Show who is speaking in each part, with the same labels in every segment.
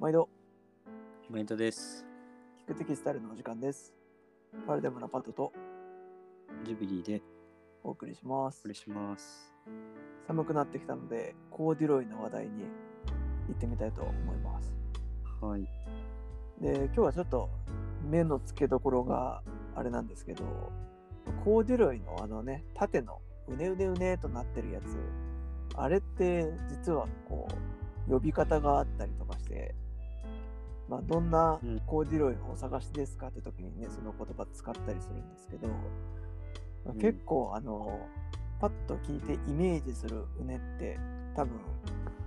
Speaker 1: 毎度、
Speaker 2: メントです。
Speaker 1: 聞くテキスタイルのお時間です。パルデムのパトと
Speaker 2: ジュビリーで
Speaker 1: お送りしま
Speaker 2: お
Speaker 1: す
Speaker 2: 送り。します。
Speaker 1: 寒くなってきたので、コーデュロイの話題に行ってみたいと思います。
Speaker 2: はい。
Speaker 1: で、今日はちょっと目の付けどころがあれなんですけど、コーデュロイのあのね、縦のうねうねうねとなってるやつ、あれって実はこう、呼び方があったりとかして、まあ、どんな
Speaker 2: うん
Speaker 1: コーデュロイをお探しですかって時にねその言葉使ったりするんですけど、まあ
Speaker 2: うん
Speaker 1: 結構あのパッと聞いてイメージするうねって多分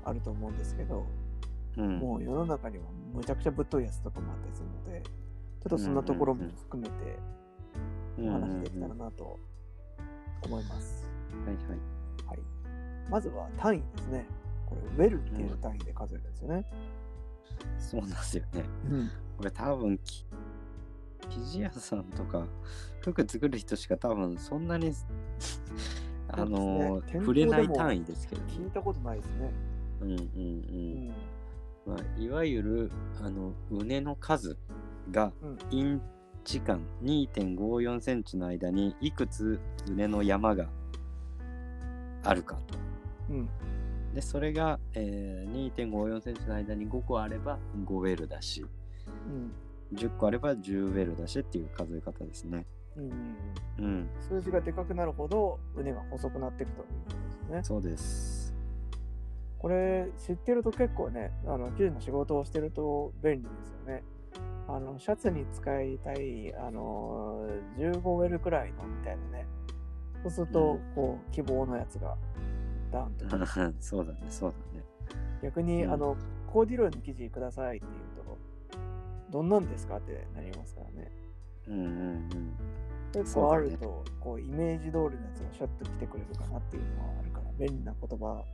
Speaker 1: あると思うんですけど
Speaker 2: うん。
Speaker 1: もう世の中にはむちゃくちゃぶっといやつとかもあったりするのでちょっとそんなところも含めてお話しできたらなと思います。
Speaker 2: うんはいはい。
Speaker 1: はい、まずは単位ですね。これウェルっていう単位で数えるんですよね。
Speaker 2: そうなんですよね。
Speaker 1: うん
Speaker 2: これ多分き、生地屋さんとか、服作る人しか多分そんな に、あの、
Speaker 1: 店頭
Speaker 2: 触
Speaker 1: で
Speaker 2: れ
Speaker 1: も
Speaker 2: ない単位ですけど
Speaker 1: 聞い
Speaker 2: ね。
Speaker 1: たことないですね。
Speaker 2: うんうん
Speaker 1: う
Speaker 2: う
Speaker 1: ん
Speaker 2: ん。まあ、いわゆる、あの、畝の数が
Speaker 1: うん、
Speaker 2: インチ間2.54センチの間にいくつ畝の山があるかと。
Speaker 1: うん
Speaker 2: でそれが、えー、2.54センチの間に5個あれば5ウェルだし
Speaker 1: うん
Speaker 2: 10個あれば10ウェルだしっていう数え方ですね。
Speaker 1: うんうん
Speaker 2: うん、
Speaker 1: 数字がでかくなるほど腕が細くなっていくということですね。
Speaker 2: そう です。
Speaker 1: これ知ってると結構ねあの生地の仕事をしてると便利ですよね。あのシャツに使いたいあの15ウェルくらいのみたいなねそうする
Speaker 2: う
Speaker 1: と
Speaker 2: ん
Speaker 1: こう希望のやつがダウンとか
Speaker 2: そうだね、そうだね。
Speaker 1: 逆に、
Speaker 2: うん
Speaker 1: あのコーディロイの生地くださいっていうとどんなんですかってなりますからね。
Speaker 2: うんうんうん。
Speaker 1: 結
Speaker 2: そう
Speaker 1: 構あ
Speaker 2: だね
Speaker 1: るとこうイメージ通りのやつがシャッと来てくれるかなっていうのはあるから便利な言葉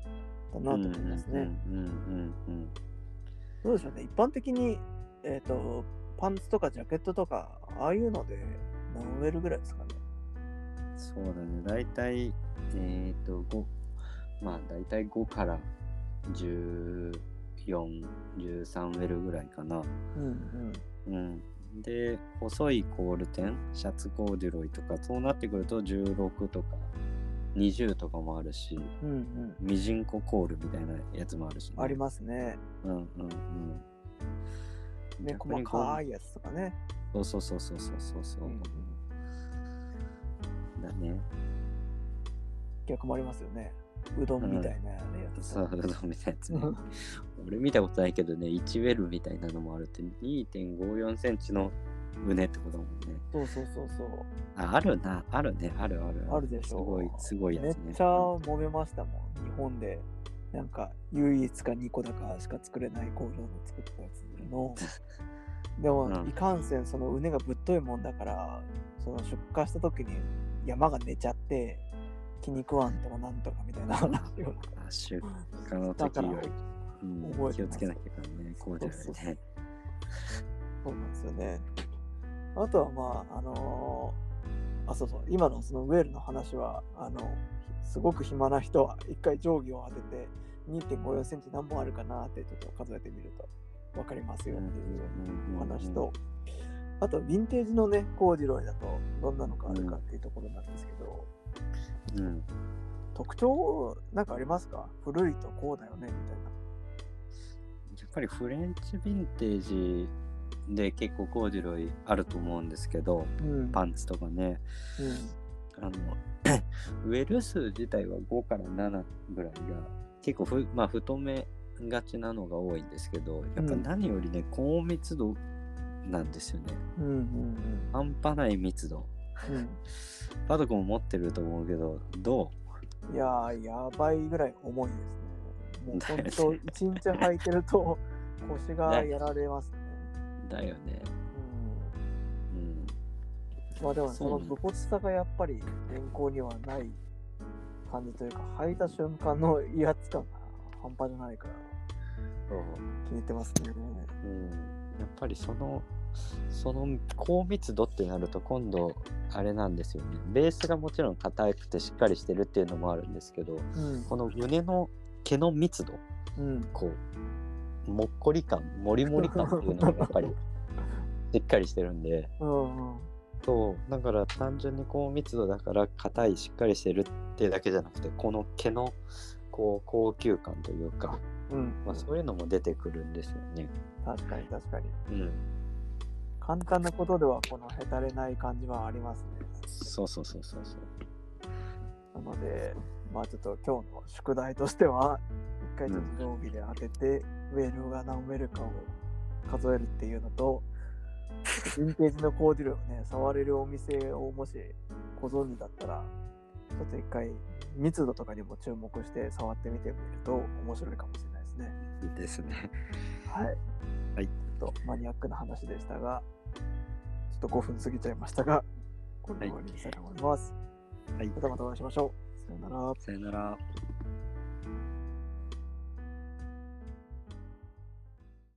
Speaker 1: だなと思いますね。
Speaker 2: うんうんうん
Speaker 1: どうでしょうね一般的に、えー、とパンツとかジャケットとかああいうので何ウェルぐらいですかね。
Speaker 2: うん。そうだね、大体、えっ、と、5、まあ大体5から14、13ウェルぐらいかな。
Speaker 1: うん
Speaker 2: うん、で細いコールテンシャツコーデュロイとかそうなってくると16とか20とかもあるし
Speaker 1: うんうん
Speaker 2: ミジンココールみたいなやつもあるしね、
Speaker 1: うん。ありますね。
Speaker 2: うんうんうん
Speaker 1: ね
Speaker 2: 逆
Speaker 1: 細
Speaker 2: にこう
Speaker 1: かいやつとかね。
Speaker 2: そうそうそうそうそうそうそう、
Speaker 1: うんうん
Speaker 2: だね
Speaker 1: 逆もありますよね。うどんみたいなやつ。
Speaker 2: そううどんみたいなやつね
Speaker 1: うん
Speaker 2: 俺見たことないけどね1ウェルみたいなのもあるって2.54センチの胸ってことだもんね
Speaker 1: そうそうそうそう。
Speaker 2: ああるなあるねあるある
Speaker 1: あるでしょ
Speaker 2: すごいすごいや
Speaker 1: めっ
Speaker 2: つね
Speaker 1: ちゃ揉めましたもん。日本でなんか唯一か2個だかしか作れない工場の作ったやつ の。でも、
Speaker 2: うん
Speaker 1: いかんせんその畝がぶっといもんだからその出荷した時に山が寝ちゃって気に食わんとかなんとかみたいな話を
Speaker 2: あ出荷の時よりう
Speaker 1: 覚え
Speaker 2: ん
Speaker 1: てます
Speaker 2: 気をつけなきゃいけないね、こうじゃな
Speaker 1: そうそう
Speaker 2: いね。
Speaker 1: そうなんですよねあとはまああのーあそうそう今のそのウェールの話はあのすごく暇な人は一回定規を当てて2.54センチ何本あるかなってちょっと数えてみると分かりますよっていうお話と、あとヴィンテージのねコーディロイだとどんなのがあるかっていうところなんですけど、
Speaker 2: うんうん
Speaker 1: 特徴なんかありますか古いとこうだよねみたいな。
Speaker 2: やっぱりフレンチヴィンテージで結構コーデュロイあると思うんですけど、
Speaker 1: うん
Speaker 2: パンツとかね、 あのウェル数自体は5から7ぐらいが結構ふ、まあ、太めがちなのが多いんですけど、やっぱ何よりね、高密度なんですよね。
Speaker 1: うんうん
Speaker 2: 半端ない密度。
Speaker 1: うんうん
Speaker 2: パドコも持ってると思うけど、どう
Speaker 1: うん。いやーやばいぐらい重いですね。もう
Speaker 2: だ
Speaker 1: ほ
Speaker 2: よ
Speaker 1: ん
Speaker 2: ね
Speaker 1: と一日履いてると腰がやられますね。
Speaker 2: だよね。
Speaker 1: うん
Speaker 2: うん
Speaker 1: まあでもね
Speaker 2: そ
Speaker 1: そう
Speaker 2: な
Speaker 1: の
Speaker 2: んだ
Speaker 1: 無骨さがやっぱり健康にはない感じというか履いた瞬間の威圧感が半端じゃないから気に入ってますね。
Speaker 2: うん、やっぱりそのその高密度ってなると今度あれなんですよねベースがもちろん硬くてしっかりしてるっていうのもあるんですけど
Speaker 1: うん
Speaker 2: この胸の毛の密度
Speaker 1: うん
Speaker 2: こうもっこり感もりもり感っていうのがやっぱりしっかりしてるんで
Speaker 1: うんうん
Speaker 2: そうだから単純にこう密度だから硬いしっかりしてるってだけじゃなくてこの毛のこう高級感というか、
Speaker 1: うん
Speaker 2: まあ、そういうのも出てくるんですよね。
Speaker 1: 確かに確かに
Speaker 2: うん、
Speaker 1: 簡単なことではこのへたれない感じはありますね
Speaker 2: そうそうそうそうそう。
Speaker 1: なのでまあちょっと今日の宿題としては一回ちょっと定規で当てて、ウェールが何ウェルかを数えるっていうのとヴィンテージのコーデュロイをね触れるお店をもしご存知だったらちょっと一回密度とかにも注目して触ってみてみると面白いかもしれないですね。
Speaker 2: いいですね。
Speaker 1: はい。
Speaker 2: は
Speaker 1: ち
Speaker 2: い
Speaker 1: ょっとマニアックな話でしたが、ちょっと5分過ぎちゃいましたが、これで終わりにしたいと思います。
Speaker 2: はい
Speaker 1: またまたお会いしましょう。さよなら。
Speaker 2: さよなら。